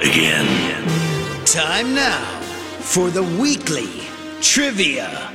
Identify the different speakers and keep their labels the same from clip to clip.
Speaker 1: again.
Speaker 2: Time now for the weekly trivia.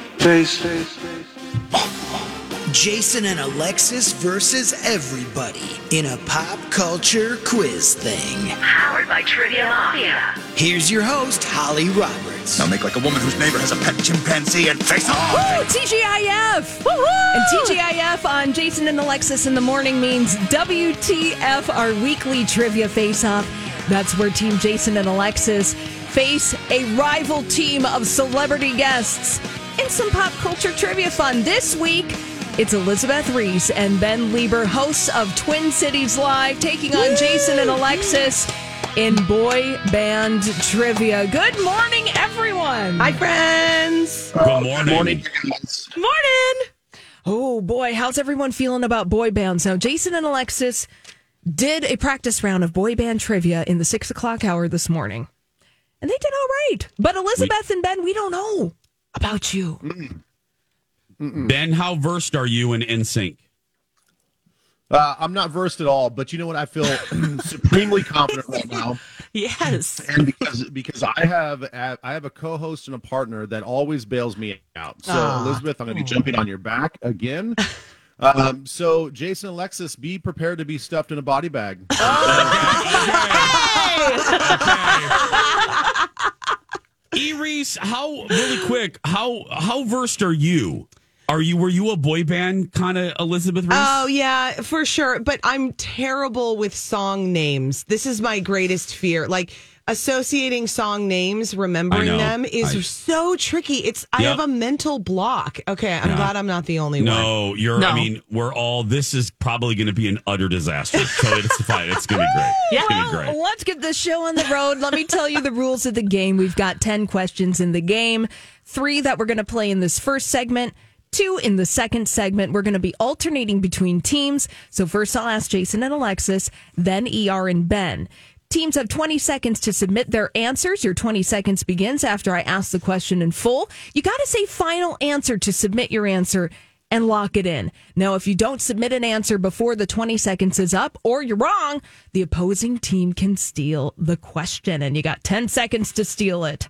Speaker 2: Jason and Alexis versus everybody in a pop culture quiz thing.
Speaker 3: Powered by Trivia Mafia.
Speaker 2: Here's your host, Holly Roberts.
Speaker 4: I'll make like a woman whose neighbor has a pet chimpanzee and face off.
Speaker 5: Woo, TGIF! And TGIF on Jason and Alexis in the morning means WTF, our weekly trivia face off. That's where Team Jason and Alexis face a rival team of celebrity guests and some pop culture trivia fun. This week, it's Elizabeth Reese and Ben Lieber, hosts of Twin Cities Live, taking on Jason and Alexis in boy band trivia. Good morning, everyone.
Speaker 6: Hi, friends.
Speaker 7: Good morning.
Speaker 6: Morning.
Speaker 5: Oh boy, how's everyone feeling about boy bands? Now, Jason and Alexis did a practice round of boy band trivia in the six o'clock hour this morning, and they did all right. But Elizabeth and Ben, we don't know about you.
Speaker 7: Ben, how versed are you in NSYNC?
Speaker 8: Uh, I'm not versed at all, but you know what? I feel supremely confident right now,
Speaker 6: Yes.
Speaker 8: and because because I have a- I have a co-host and a partner that always bails me out. So
Speaker 6: Ah.
Speaker 8: Elizabeth, I'm going
Speaker 6: Hmm.
Speaker 8: to be jumping on your back again. Um, so Jason, Alexis, be prepared to be stuffed in a body bag.
Speaker 6: Mm-hmm.
Speaker 7: Eris, how really quick? How how versed are you? Are you were you a boy band kind of Elizabeth Reese?
Speaker 6: Oh yeah, for sure. But I'm terrible with song names. This is my greatest fear. Like associating song names, remembering
Speaker 7: I know.
Speaker 6: them is
Speaker 7: I-
Speaker 6: so tricky. It's I
Speaker 7: Yep.
Speaker 6: have a mental block. Okay, I'm glad I'm not the only one.
Speaker 7: no, you're. I
Speaker 9: No.
Speaker 7: mean, we're all. This is probably going to be an utter disaster. So it's fine. It's going to be great. It's going to be
Speaker 5: Well,
Speaker 7: great.
Speaker 5: let's get this show on the road. Let me tell you the rules of the game. We've got 10 questions in the game, three that we're going to play in this first segment, two in the second segment. We're going to be alternating between teams. So, first, I'll ask Jason and Alexis, then ER and Ben. Teams have 20 seconds to submit their answers. Your 20 seconds begins after I ask the question in full. You got to say final answer to submit your answer and lock it in. Now, if you don't submit an answer before the 20 seconds is up or you're wrong, the opposing team can steal the question and you got 10 seconds to steal it.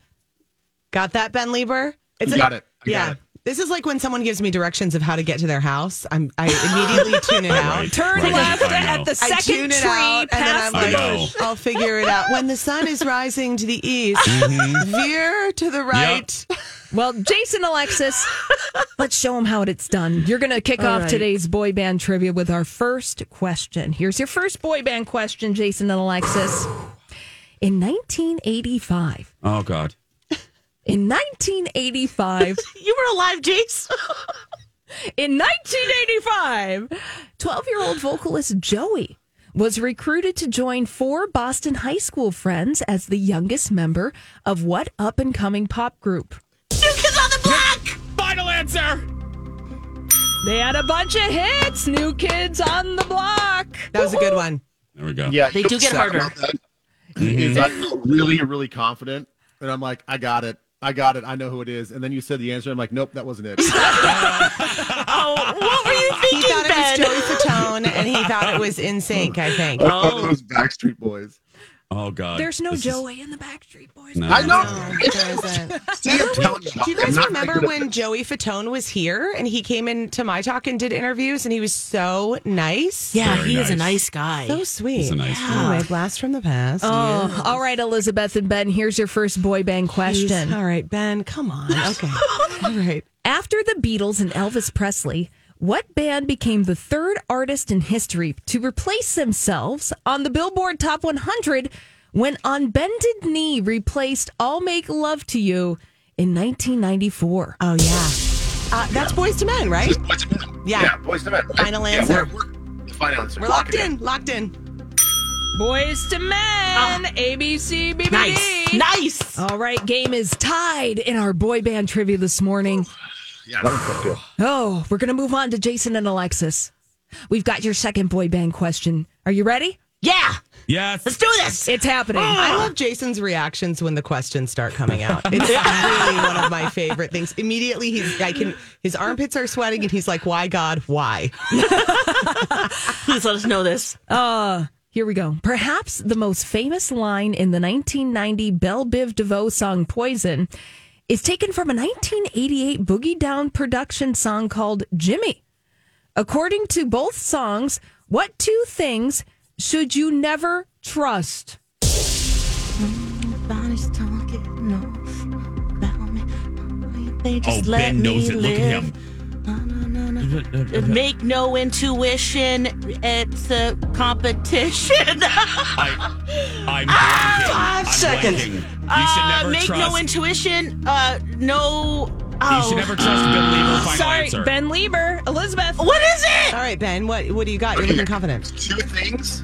Speaker 6: Got that, Ben Lieber? It's
Speaker 8: You got it. I got
Speaker 6: yeah.
Speaker 8: it.
Speaker 6: This is like when someone gives me directions of how to get to their house. I'm I immediately tune it out.
Speaker 7: Right,
Speaker 5: Turn
Speaker 7: right,
Speaker 5: left
Speaker 7: I know.
Speaker 5: at the
Speaker 6: I
Speaker 5: second
Speaker 6: tune
Speaker 5: tree
Speaker 6: it out, and then I'm
Speaker 5: past
Speaker 7: I
Speaker 6: like,
Speaker 5: the
Speaker 7: know.
Speaker 6: I'll figure it out. When the sun is rising to the east,
Speaker 7: Mm-hmm.
Speaker 6: veer to the right.
Speaker 5: Well, Jason Alexis, let's show them how it's done. You're going to kick off
Speaker 6: right.
Speaker 5: today's boy band trivia with our first question. Here's your first boy band question, Jason and Alexis. In 1985,
Speaker 7: Oh God.
Speaker 5: in 1985,
Speaker 6: You were alive, Jace.
Speaker 5: In 1985, 12 year old vocalist Joey was recruited to join four Boston high school friends as the youngest member of what up and coming pop group?
Speaker 7: Final answer.
Speaker 5: They had a bunch of hits New Kids on the Block.
Speaker 6: That was a good one.
Speaker 7: There we go.
Speaker 8: Yeah,
Speaker 9: They do get harder.
Speaker 8: Is I feel really really confident, and I'm like, I got it. I got it. I know who it is. And then you said the answer. I'm like, nope, that wasn't it.
Speaker 9: What were you
Speaker 6: He thought it was Joey Fatone, and he thought it was In Sync. I think.
Speaker 8: Oh, those Backstreet Boys.
Speaker 7: Oh God.
Speaker 5: There's no
Speaker 7: This is-
Speaker 5: Joey in the Backstreet Boys.
Speaker 7: No.
Speaker 8: I know.
Speaker 6: No, there isn't.
Speaker 8: See, I'm telling you,
Speaker 6: Do you
Speaker 8: I'm
Speaker 6: guys
Speaker 8: not
Speaker 6: remember
Speaker 8: making it up.
Speaker 6: when Joey Fatone was here and he came into my talk and did interviews and he was so nice?
Speaker 9: Yeah,
Speaker 7: Very
Speaker 9: he is a
Speaker 7: nice.
Speaker 9: nice guy.
Speaker 6: So sweet.
Speaker 7: He's a nice guy.
Speaker 6: Anyway, blast from the past.
Speaker 5: Oh, all right, Elizabeth and Ben, here's your first boy band question.
Speaker 6: All right, Ben, come on. Okay. All right.
Speaker 5: After the Beatles and Elvis Presley, what band became the third artist in history to replace themselves on the Billboard Top 100 when On Bended Knee replaced I'll Make Love to You in 1994?
Speaker 6: Oh, yeah. Uh, that's Boys to Men, right?
Speaker 8: Just Boys to Men.
Speaker 6: Yeah.
Speaker 8: Boys to Men. right?
Speaker 6: Final answer.
Speaker 8: we're, we're- the final answer.
Speaker 6: We're
Speaker 8: Lock
Speaker 6: locked
Speaker 8: it
Speaker 6: in. Locked in.
Speaker 5: Boys to Men, ABC, BBD.
Speaker 9: Ah. Nice. Nice.
Speaker 5: All right, game is tied in our boy band trivia this morning.
Speaker 8: Yeah, that one's good.
Speaker 5: Oh, we're going to move on to Jason and Alexis. We've got your second boy band question. Are you ready?
Speaker 9: Yeah.
Speaker 7: Yes.
Speaker 9: Let's do this.
Speaker 5: It's happening.
Speaker 9: Ah.
Speaker 6: I love Jason's reactions when the questions start coming out. It's really one of my favorite things. Immediately, he's I can his armpits are sweating and he's like, "Why God? Why?"
Speaker 9: Please let us know this.
Speaker 5: Here we go. Perhaps the most famous line in the 1990 Belle Biv DeVoe song Poison is taken from a 1988 Boogie Down production song called Jimmy. According to both songs, what two things should you never trust?
Speaker 7: Oh,
Speaker 1: Nobody's talking no about me. They
Speaker 7: Oh,
Speaker 1: just let
Speaker 7: Ben
Speaker 1: me
Speaker 7: knows it.
Speaker 1: live.
Speaker 7: Look at him.
Speaker 1: No, no, no, no.
Speaker 7: I,
Speaker 9: Make no intuition. It's a competition.
Speaker 7: I'm blanking.
Speaker 9: Five
Speaker 7: I'm
Speaker 9: seconds.
Speaker 7: blanking. You should
Speaker 9: Uh,
Speaker 7: never
Speaker 9: make
Speaker 7: trust.
Speaker 9: no intuition. Uh, no. Oh.
Speaker 7: you should never trust Ben Lieber. Final
Speaker 5: Sorry,
Speaker 7: answer.
Speaker 5: Ben Lieber, Elizabeth.
Speaker 9: What is it?
Speaker 6: All right, Ben, what what do you got? You're looking confident.
Speaker 8: Two things.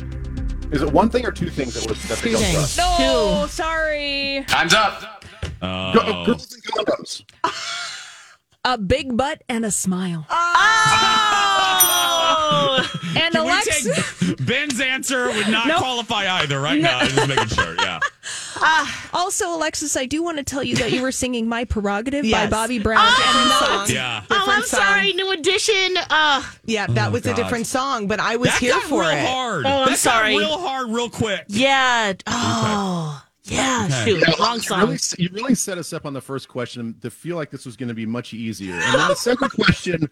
Speaker 8: Is it one thing or two things that was that
Speaker 6: Two
Speaker 8: they don't
Speaker 6: things.
Speaker 8: trust?
Speaker 5: No, sorry.
Speaker 4: Time's up.
Speaker 8: Go- Girls and condoms.
Speaker 6: Uh,
Speaker 5: A big butt and a smile.
Speaker 9: Oh.
Speaker 5: Uh, and
Speaker 7: Can we
Speaker 5: Alexis.
Speaker 7: take- Ben's answer would not qualify either right now. I'm just making sure. Yeah.
Speaker 5: Also, Alexis, I do want to tell you that you were singing "My Prerogative" by
Speaker 6: Yes.
Speaker 5: Bobby Brown. And
Speaker 6: Different
Speaker 5: no,
Speaker 6: song.
Speaker 7: Yeah. Oh,
Speaker 9: oh, I'm
Speaker 6: Different song.
Speaker 9: sorry. New edition. Uh,
Speaker 6: Yeah, that was a
Speaker 7: God.
Speaker 6: different song, but I was
Speaker 7: That
Speaker 6: here
Speaker 7: got
Speaker 6: for
Speaker 7: real
Speaker 6: it.
Speaker 7: hard.
Speaker 9: Oh, I'm
Speaker 7: that
Speaker 9: sorry.
Speaker 7: Got real hard, real quick.
Speaker 9: yeah. Oh. Yeah. Shoot.
Speaker 8: Yeah,
Speaker 9: Wrong
Speaker 8: you
Speaker 9: song.
Speaker 8: Really, you really set us up on the first question to feel like this was going to be much easier. And then the second question,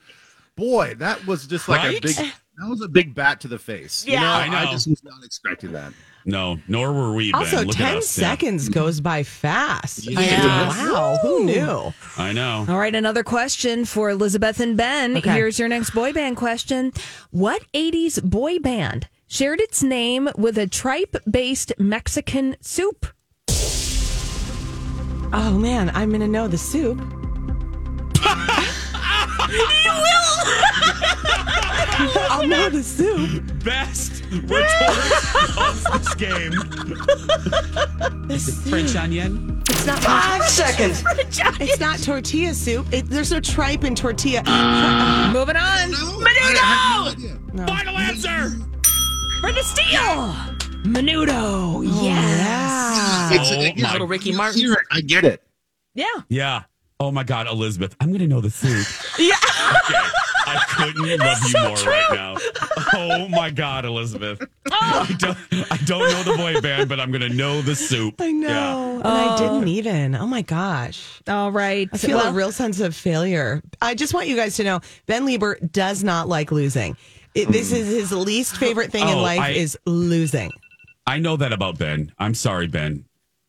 Speaker 8: boy, that was just like
Speaker 7: Right?
Speaker 8: a big. That was a big bat to the face. You
Speaker 9: Yeah.
Speaker 8: know,
Speaker 7: I know.
Speaker 8: I just was not expecting that.
Speaker 7: No, nor were we. Ben.
Speaker 6: Also,
Speaker 7: Look at
Speaker 6: 10
Speaker 7: us, yeah.
Speaker 6: seconds goes by fast.
Speaker 9: Yeah.
Speaker 6: Wow, who knew?
Speaker 7: I know.
Speaker 5: All right, another question for Elizabeth and Ben.
Speaker 6: Okay.
Speaker 5: Here's your next boy band question. What 80s boy band shared its name with a tripe based Mexican soup?
Speaker 6: Oh man, I'm gonna know the soup. I'll know the soup.
Speaker 7: Best retort of this game. French onion.
Speaker 6: It's not.
Speaker 9: Five seconds.
Speaker 6: It's not tortilla soup. It, there's no tripe in tortilla.
Speaker 5: Moving on.
Speaker 8: Menudo!
Speaker 7: Final answer.
Speaker 5: For the steal. Menudo. yes.
Speaker 6: Ah,
Speaker 7: Oh, my.
Speaker 9: Little Ricky Martin.
Speaker 8: I get it.
Speaker 5: Yeah.
Speaker 7: Yeah. Oh my God, Elizabeth, I'm gonna know the soup.
Speaker 9: Yeah.
Speaker 7: Okay. I couldn't love you more right now. Oh my God, Elizabeth. I, don't, I don't know the boy band, but I'm gonna know the soup.
Speaker 6: I
Speaker 7: Yeah.
Speaker 6: know, and I didn't even. Oh my gosh,
Speaker 5: All right.
Speaker 6: I feel
Speaker 5: Well,
Speaker 6: a real sense of failure. I just want you guys to know, Ben Lieber does not like losing. It, this
Speaker 8: Hmm.
Speaker 6: is his least favorite thing in
Speaker 7: Oh,
Speaker 6: life
Speaker 7: I-
Speaker 6: is losing.
Speaker 7: I know that about Ben. I'm sorry, Ben.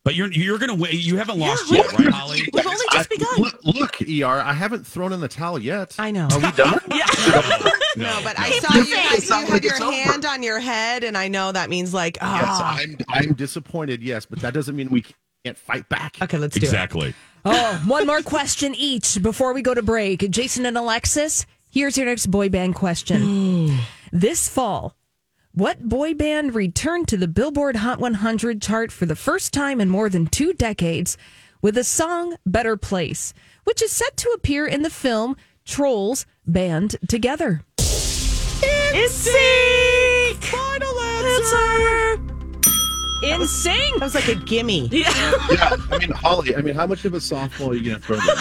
Speaker 7: But you're you're gonna win. You haven't lost yet, right, Holly?
Speaker 9: We've only just
Speaker 8: I-
Speaker 9: begun.
Speaker 8: look, look, ER, I haven't thrown in the towel yet.
Speaker 6: I know.
Speaker 8: Are we done?
Speaker 7: Oh,
Speaker 6: No, but I
Speaker 9: Keep
Speaker 6: saw you
Speaker 9: pushing.
Speaker 6: guys.
Speaker 8: It's
Speaker 6: You
Speaker 8: not
Speaker 6: had
Speaker 8: like
Speaker 6: your
Speaker 8: it's over.
Speaker 6: hand on your head, and I know that means like,
Speaker 8: Yes,
Speaker 6: ah.
Speaker 8: I'm, I'm disappointed, yes, but that doesn't mean we can't fight back.
Speaker 6: okay, let's do
Speaker 7: Exactly.
Speaker 5: Oh, one more question each before we go to break. Jason and Alexis, here's your next boy band question. this fall, what boy band returned to the Billboard Hot 100 chart for the first time in more than two decades with a song Better Place, which is set to appear in the film Trolls Band Together?
Speaker 9: It's sick.
Speaker 5: In
Speaker 6: it. That
Speaker 5: sync.
Speaker 6: was like a gimme.
Speaker 8: Yeah, I mean, Holly, I mean, how much of a softball are you going to throw there?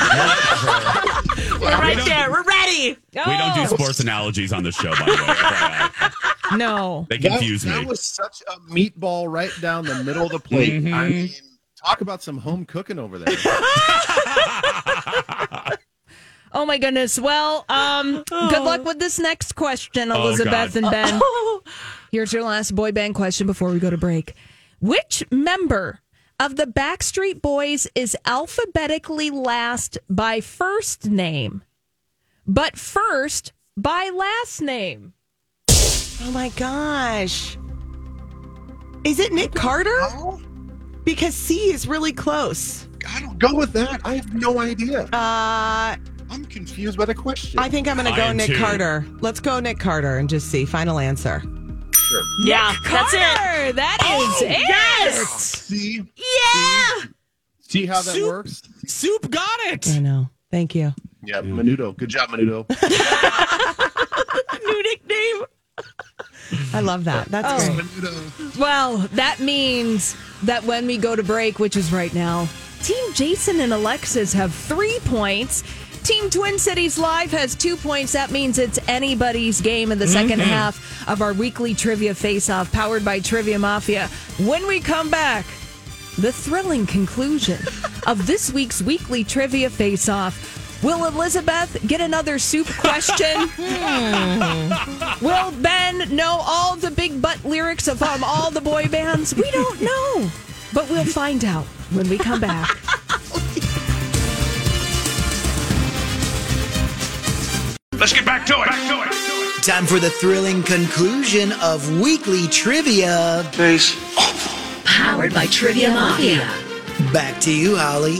Speaker 9: We're right there. We're ready.
Speaker 7: We don't
Speaker 5: Oh.
Speaker 9: Oh.
Speaker 7: do sports analogies on the show, by the way. FYI.
Speaker 5: No.
Speaker 7: They
Speaker 8: That-
Speaker 7: confuse
Speaker 8: that,
Speaker 7: me.
Speaker 8: was such a meatball right down the middle of the plate.
Speaker 7: Mm-hmm.
Speaker 8: I mean, talk about some home cooking over there.
Speaker 5: Oh my goodness. Well, um, good luck
Speaker 9: Oh.
Speaker 5: with this next question,
Speaker 7: Oh,
Speaker 5: Elizabeth
Speaker 7: God.
Speaker 5: and Ben. Here's your last boy band question before we go to break. Which member of the Backstreet Boys is alphabetically last by first name, but first by last name?
Speaker 6: Oh my gosh. Is it Nick Carter? Because C is really close.
Speaker 8: I don't go with that. I have no idea.
Speaker 6: Uh,
Speaker 8: I'm confused by the question.
Speaker 6: I think I'm going
Speaker 7: I
Speaker 6: to go
Speaker 7: am
Speaker 6: Nick
Speaker 7: too.
Speaker 6: Carter. Let's go Nick Carter and just see. Final answer.
Speaker 9: Yeah. That's it. Oh,
Speaker 5: Carter, That is it.
Speaker 9: Yes.
Speaker 8: see,
Speaker 9: Yeah.
Speaker 8: see how that
Speaker 7: Soup.
Speaker 8: works?
Speaker 7: Soup got
Speaker 6: I
Speaker 7: it.
Speaker 6: know. Thank you.
Speaker 8: Yeah, Menudo. Good job, Menudo.
Speaker 9: New nickname. Oh.
Speaker 6: I love that. That's great.
Speaker 8: Menudo.
Speaker 5: Well, that means that when we go to break, which is right now, Team Jason and Alexis have three points. Team Twin Cities Live has two points. That means it's anybody's game in the 2nd half of our weekly trivia face off, powered by Trivia Mafia. When we come back, the thrilling conclusion of this week's weekly trivia face off. Will Elizabeth get another soup question? Will Ben know all the big butt lyrics of um, all the boy bands? We don't know, but we'll find out when we come back.
Speaker 4: Let's get back to it. Back to it.
Speaker 2: Time for the thrilling conclusion of weekly trivia.
Speaker 3: Powered by Trivia Mafia.
Speaker 2: Back to you, Holly.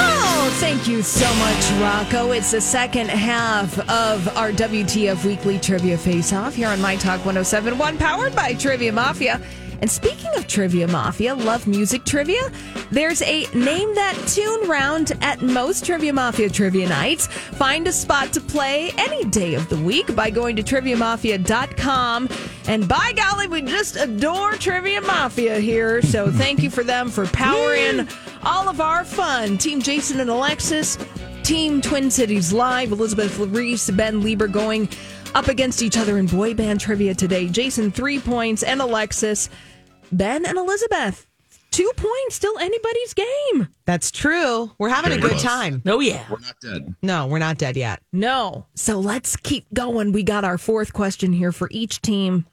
Speaker 5: Oh, thank you so much, Rocco. It's the second half of our WTF Weekly Trivia Face Off here on My Talk 1071, powered by Trivia Mafia. And speaking of Trivia Mafia, love music trivia. There's a Name That Tune round at most Trivia Mafia trivia nights. Find a spot to play any day of the week by going to triviamafia.com. And by golly, we just adore Trivia Mafia here. So thank you for them for powering all of our fun. Team Jason and Alexis, Team Twin Cities Live, Elizabeth Reese, Ben Lieber going up against each other in boy band trivia today. Jason, three points, and Alexis, Ben, and Elizabeth. Two points, still anybody's game.
Speaker 6: That's true. We're having a
Speaker 8: Very
Speaker 6: good
Speaker 8: close.
Speaker 6: time.
Speaker 9: Oh, yeah.
Speaker 8: We're not dead.
Speaker 6: No, we're not dead yet.
Speaker 5: No. So let's keep going. We got our fourth question here for each team.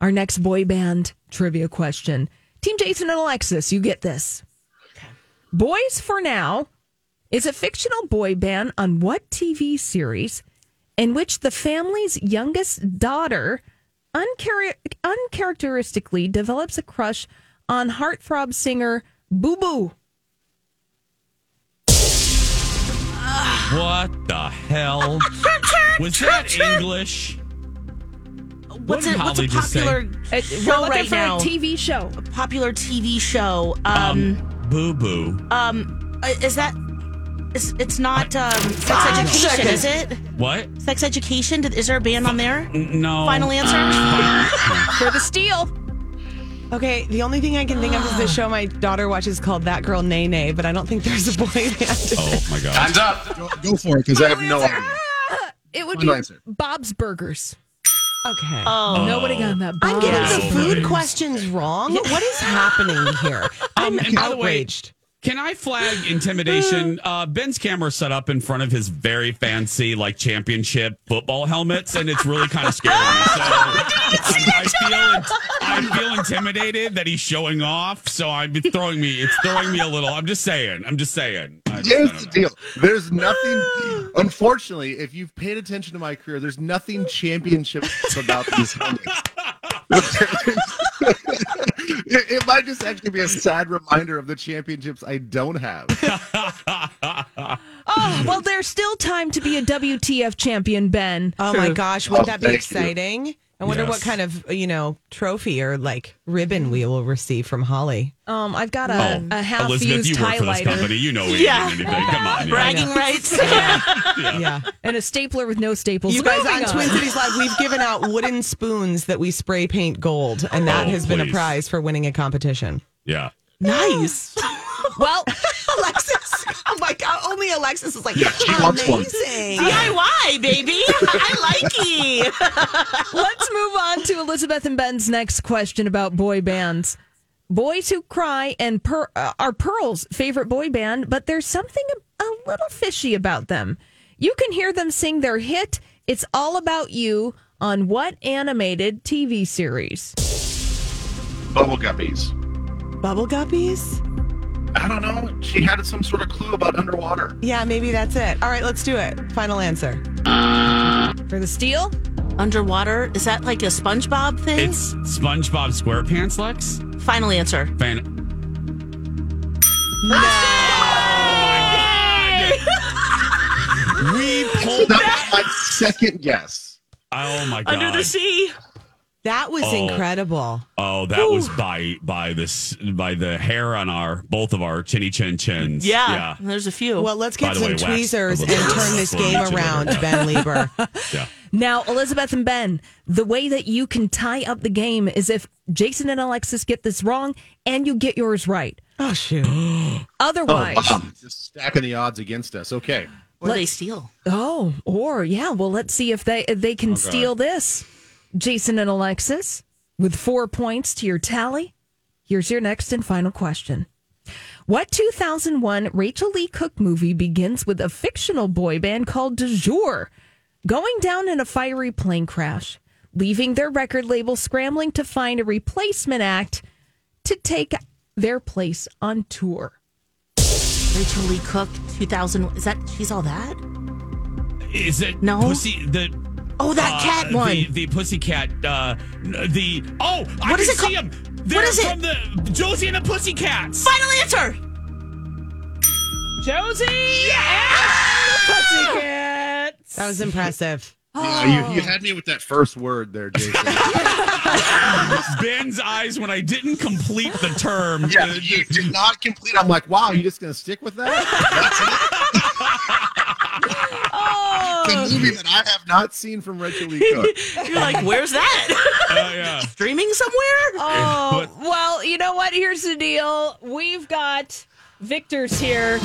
Speaker 5: Our next boy band trivia question. Team Jason and Alexis, you get this. Boys for Now is a fictional boy band on what TV series in which the family's youngest daughter unchar- uncharacteristically develops a crush on heartthrob singer Boo Boo?
Speaker 7: What the hell? Was that English?
Speaker 9: What's,
Speaker 7: did
Speaker 9: a, what's a
Speaker 7: Holly just say?
Speaker 9: popular
Speaker 5: It-
Speaker 9: show
Speaker 5: We're looking
Speaker 9: right
Speaker 5: for
Speaker 9: now?
Speaker 5: a TV show.
Speaker 9: popular TV show. Um,
Speaker 7: Boo boo.
Speaker 9: uh, is that? Is, it's not um, sex education, is it?
Speaker 7: What?
Speaker 9: Sex education? Did- Is there a band on there?
Speaker 7: N- No.
Speaker 9: Final answer.
Speaker 5: For the steal.
Speaker 6: Okay, the only thing I can think of is the show my daughter watches called That Girl Nay Nay, but I don't think there's a boy band.
Speaker 7: Oh my god.
Speaker 4: up.
Speaker 8: Go, go for it because I have no idea.
Speaker 5: It would be
Speaker 8: Final answer.
Speaker 5: Bob's Burgers.
Speaker 6: Okay.
Speaker 9: Oh,
Speaker 5: Nobody got that.
Speaker 6: I'm getting
Speaker 7: Oh,
Speaker 6: the food
Speaker 7: nice.
Speaker 6: questions wrong. What is happening here? I'm
Speaker 7: and by the way-
Speaker 6: outraged.
Speaker 7: Can I flag intimidation? Uh, Ben's camera set up in front of his very fancy, like championship football helmets, and it's really kind of scary. me. So, I, I feel, I feel intimidated that he's showing off. So I'm it's throwing me. It's throwing me a little. I'm just saying. I'm just saying. I- I
Speaker 8: Here's
Speaker 7: don't
Speaker 8: the
Speaker 7: know.
Speaker 8: deal. There's nothing. Unfortunately, if you've paid attention to my career, there's nothing championship about these helmets. it, it might just actually be a sad reminder of the championships I don't have.
Speaker 5: Oh, well, there's still time to be a WTF champion, Ben.
Speaker 6: Oh my gosh, wouldn't
Speaker 8: Oh,
Speaker 6: that be
Speaker 8: thank you.
Speaker 6: exciting? I wonder what
Speaker 7: Yes.
Speaker 6: kind of, you know, trophy or like ribbon we will receive from Holly.
Speaker 5: Um, I've got a,
Speaker 7: Oh,
Speaker 5: a half
Speaker 7: Elizabeth,
Speaker 5: used
Speaker 7: you work for this company.
Speaker 5: highlighter
Speaker 7: You know we yeah. anything. Come on. yeah.
Speaker 9: bragging rights.
Speaker 6: Yeah.
Speaker 5: and a stapler with no staples.
Speaker 6: You guys
Speaker 5: Moving
Speaker 6: on Twin Cities Live, we've given out wooden spoons that we spray paint gold, and that
Speaker 7: Oh,
Speaker 6: has been a
Speaker 7: please.
Speaker 6: prize for winning a competition.
Speaker 7: Yeah.
Speaker 9: nice.
Speaker 5: Well,
Speaker 6: Alexis. Oh my God. Only Alexis is like,
Speaker 8: she wants one.
Speaker 9: DIY, baby. I likey.
Speaker 5: let's move on to Elizabeth and Ben's next question about boy bands. Boys Who Cry and per- uh, are Pearl's favorite boy band, but there's something a, a little fishy about them. You can hear them sing their hit, It's All About You, on what animated TV series?
Speaker 8: Bubble guppies.
Speaker 6: Bubble guppies?
Speaker 8: I don't know. She had some sort of clue about underwater.
Speaker 6: Yeah, maybe that's it. All right, let's do it. Final answer.
Speaker 5: For the steal?
Speaker 9: Underwater? Is that like a SpongeBob thing?
Speaker 7: It's SpongeBob SquarePants, Lex.
Speaker 9: Final answer.
Speaker 7: Fan. We pulled.
Speaker 8: That was my second guess.
Speaker 7: Oh my god.
Speaker 9: Under the sea.
Speaker 6: That was incredible.
Speaker 7: Oh, that was by by this by the hair on our both of our chinny chin chins.
Speaker 9: Yeah, there's a few.
Speaker 6: Well, let's
Speaker 7: By
Speaker 6: get
Speaker 7: the
Speaker 6: some
Speaker 7: way, wax a
Speaker 6: tweezers and
Speaker 7: little bit.
Speaker 6: turn this game
Speaker 7: Little bit.
Speaker 6: around, Ben Lieber.
Speaker 7: yeah.
Speaker 5: Now, Elizabeth and Ben, the way that you can tie up the game is if Jason and Alexis get this wrong and you get yours right.
Speaker 6: Oh shoot!
Speaker 5: Otherwise, oh,
Speaker 8: Just stacking the odds against us. Okay.
Speaker 9: what do they steal?
Speaker 5: Oh, or yeah, well, let's see if they if they can steal this. Jason and Alexis with four points to your tally. Here's your next and final question. What 2001 Rachel Lee Cook movie begins with a fictional boy band called De Jour going down in a fiery plane crash, leaving their record label scrambling to find a replacement act to take their place on tour?
Speaker 9: Rachel Lee Cook, 2000. Is that she's all that?
Speaker 7: Is it
Speaker 9: No.
Speaker 7: pussy the
Speaker 9: Oh, that
Speaker 7: uh,
Speaker 9: cat one.
Speaker 7: The, the pussy cat uh the oh I
Speaker 9: What
Speaker 7: can
Speaker 9: is it called?
Speaker 7: see him.
Speaker 9: What
Speaker 7: They're
Speaker 9: is it?
Speaker 7: from the Josie and the Pussycats.
Speaker 9: Final answer.
Speaker 5: Josie!
Speaker 6: That was impressive.
Speaker 8: Yeah, you, you had me with that first word there, Jason.
Speaker 7: Ben's eyes when I didn't complete the term.
Speaker 8: yeah, you did not complete. I'm like, wow, you just going to stick with that? That's it? The movie that I have not seen from Rachel Lee Cook.
Speaker 9: You're like, where's that?
Speaker 7: Uh, yeah.
Speaker 9: Streaming somewhere?
Speaker 5: Oh,
Speaker 7: But-
Speaker 5: well, you know what? Here's the deal. We've got victors here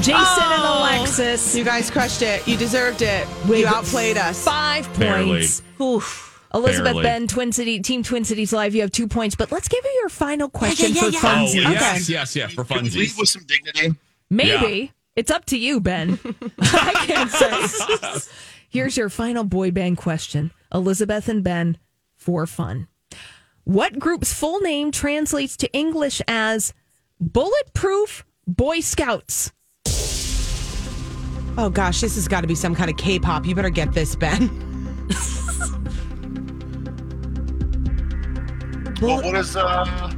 Speaker 5: Jason
Speaker 9: Oh.
Speaker 5: and Alexis.
Speaker 6: You guys crushed it. You deserved it. you outplayed us.
Speaker 5: Five
Speaker 7: Barely.
Speaker 5: points. Oof. Elizabeth
Speaker 7: Barely.
Speaker 5: Ben, Twin City, Team Twin Cities Live, you have two points, but let's give you your final question
Speaker 9: yeah,
Speaker 5: for
Speaker 9: yeah.
Speaker 7: Oh
Speaker 5: funsies.
Speaker 7: yes, yes, yes, for
Speaker 8: Can we
Speaker 7: funsies.
Speaker 8: leave with some dignity.
Speaker 5: Maybe. It's up to you, Ben. I can't say. Here's your final boy band question Elizabeth and Ben for fun. What group's full name translates to English as Bulletproof Boy Scouts?
Speaker 6: Oh gosh, this has got to be some kind of K-pop. You better get this, Ben.
Speaker 10: Well, what is uh,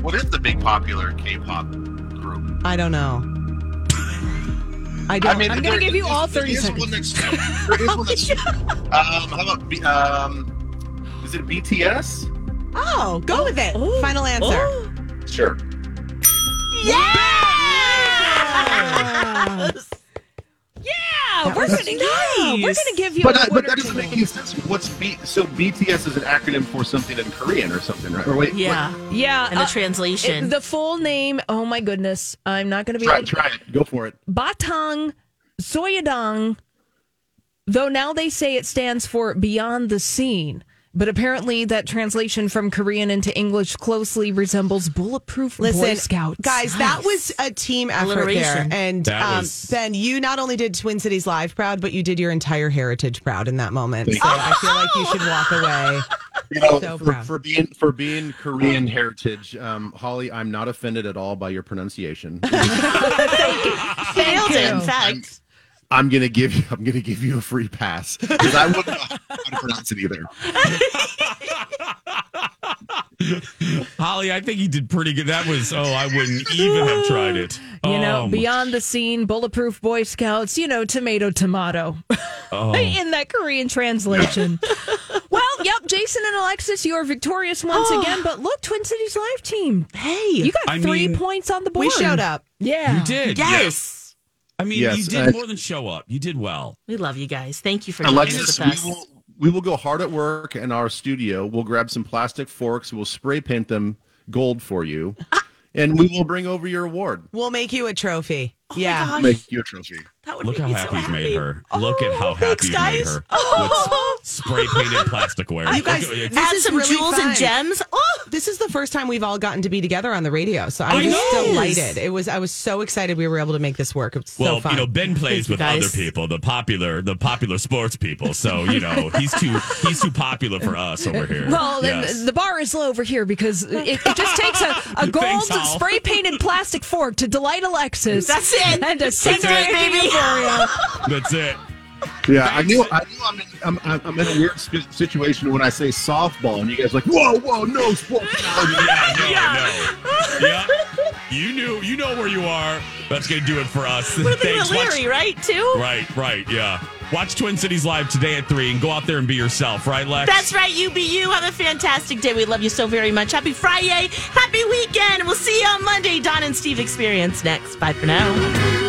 Speaker 10: what is the big popular K-pop group?
Speaker 6: I don't know. I don't.
Speaker 10: I mean,
Speaker 5: I'm gonna
Speaker 10: there-
Speaker 5: give you
Speaker 10: there
Speaker 5: all
Speaker 10: is- there
Speaker 5: 30
Speaker 10: is one that's- there is one that's- um, how about B- um, is it BTS?
Speaker 6: oh, go with it. Final answer.
Speaker 10: Sure.
Speaker 5: Yeah, Oh, we're gonna yeah, we're gonna give you
Speaker 10: But,
Speaker 5: a
Speaker 10: I, but
Speaker 5: quarter
Speaker 10: that doesn't make
Speaker 5: point.
Speaker 10: any sense. What's B? So BTS is an acronym for something in Korean or something, right? Or wait,
Speaker 9: Yeah.
Speaker 5: Yeah,
Speaker 9: And the
Speaker 5: uh,
Speaker 9: translation.
Speaker 5: it- the full name. Oh my goodness, I'm not gonna be
Speaker 10: Try,
Speaker 5: able.
Speaker 10: it, try it. Go for it.
Speaker 5: Batang Soyadang, though now they say it stands for Beyond the Scene. But apparently, that translation from Korean into English closely resembles Bulletproof Boy
Speaker 6: Listen,
Speaker 5: Scouts.
Speaker 6: guys, that was a team effort there.
Speaker 9: Alliteration.
Speaker 6: And
Speaker 7: That
Speaker 6: um,
Speaker 7: was-
Speaker 6: Ben, you not only did Twin Cities Live proud, but you did your entire heritage proud in that moment. So I feel like you should walk away.
Speaker 8: You know,
Speaker 6: So
Speaker 8: for,
Speaker 6: proud.
Speaker 8: for being for being Korean heritage, um, Holly, I'm not offended at all by your pronunciation.
Speaker 9: Failed it, in fact.
Speaker 8: I'm gonna give you I'm gonna give you a free pass because I wouldn't know how to pronounce it either.
Speaker 7: Holly, I think you did pretty good. That was oh, I wouldn't even have tried it.
Speaker 5: you know,
Speaker 7: Um,
Speaker 5: Beyond the Scene, Bulletproof Boy Scouts, you know, tomato, tomato.
Speaker 7: Oh.
Speaker 5: In that Korean translation. well, yep, Jason and Alexis, you are victorious once again. But look, Twin Cities Live team,
Speaker 6: Hey,
Speaker 5: you got
Speaker 7: I
Speaker 5: three
Speaker 7: mean,
Speaker 5: points on the board.
Speaker 6: we showed up.
Speaker 5: Yeah.
Speaker 7: oh. you did.
Speaker 9: Yes.
Speaker 7: I mean, you
Speaker 8: Yes,
Speaker 7: did
Speaker 8: I-
Speaker 7: more than show up. You did well.
Speaker 9: We love you guys. Thank you for
Speaker 8: Alexis,
Speaker 9: joining
Speaker 8: we
Speaker 9: us with us.
Speaker 8: will we will go hard at work in our studio. We'll grab some plastic forks. We'll spray paint them gold for you, and we will bring over your award.
Speaker 6: We'll make you a trophy. yeah.
Speaker 9: Oh my gosh,
Speaker 8: Make you a trophy.
Speaker 9: that would
Speaker 7: Look
Speaker 9: make
Speaker 7: how
Speaker 9: me
Speaker 7: happy
Speaker 9: so
Speaker 7: you've made her. Look at
Speaker 9: Oh,
Speaker 7: how
Speaker 9: thanks,
Speaker 7: happy you've made
Speaker 9: guys.
Speaker 7: her.
Speaker 9: Oh.
Speaker 7: With spray painted plasticware.
Speaker 6: You guys-
Speaker 7: Look at-
Speaker 6: This
Speaker 9: Add
Speaker 6: is
Speaker 9: some
Speaker 6: really
Speaker 9: jewels
Speaker 6: fun.
Speaker 9: and gems. Oh,
Speaker 6: This is the first time we've all gotten to be together on the radio, so I'm
Speaker 7: I
Speaker 6: just
Speaker 7: know.
Speaker 6: delighted. It was I was so excited we were able to make this work. It's so
Speaker 7: well,
Speaker 6: fun.
Speaker 7: you know, Ben
Speaker 9: Thank
Speaker 7: plays
Speaker 9: you,
Speaker 7: with
Speaker 9: guys.
Speaker 7: other people, the popular, the popular sports people. So you know, he's too he's too popular for us over here.
Speaker 5: Well, then
Speaker 7: Yes.
Speaker 5: the bar is low over here because it, it just takes a, a gold
Speaker 7: Thanks, Hal.
Speaker 5: spray painted plastic fork to delight Alexis.
Speaker 9: That's it.
Speaker 5: And to sing
Speaker 9: That's it,
Speaker 5: Randy
Speaker 9: baby.
Speaker 5: Euphoria.
Speaker 7: that's it.
Speaker 8: Yeah, I knew I knew I'm in, I'm, I'm I'm in a weird sp- situation when I say softball, and you guys are like, whoa, whoa, no, whoa.
Speaker 7: Yeah, no, no. Yeah. You knew you know where you are. That's gonna do it for us.
Speaker 9: would have been
Speaker 7: Thanks.
Speaker 9: with Larry,
Speaker 7: Watch-
Speaker 9: right? Too.
Speaker 7: Right, right, yeah. Watch Twin Cities Live today at 3 and go out there and be yourself, right, Lex?
Speaker 9: That's right, you be you. Have a fantastic day. We love you so very much. Happy Friday. Happy weekend. We'll see you on Monday. Don and Steve experience next. Bye for now.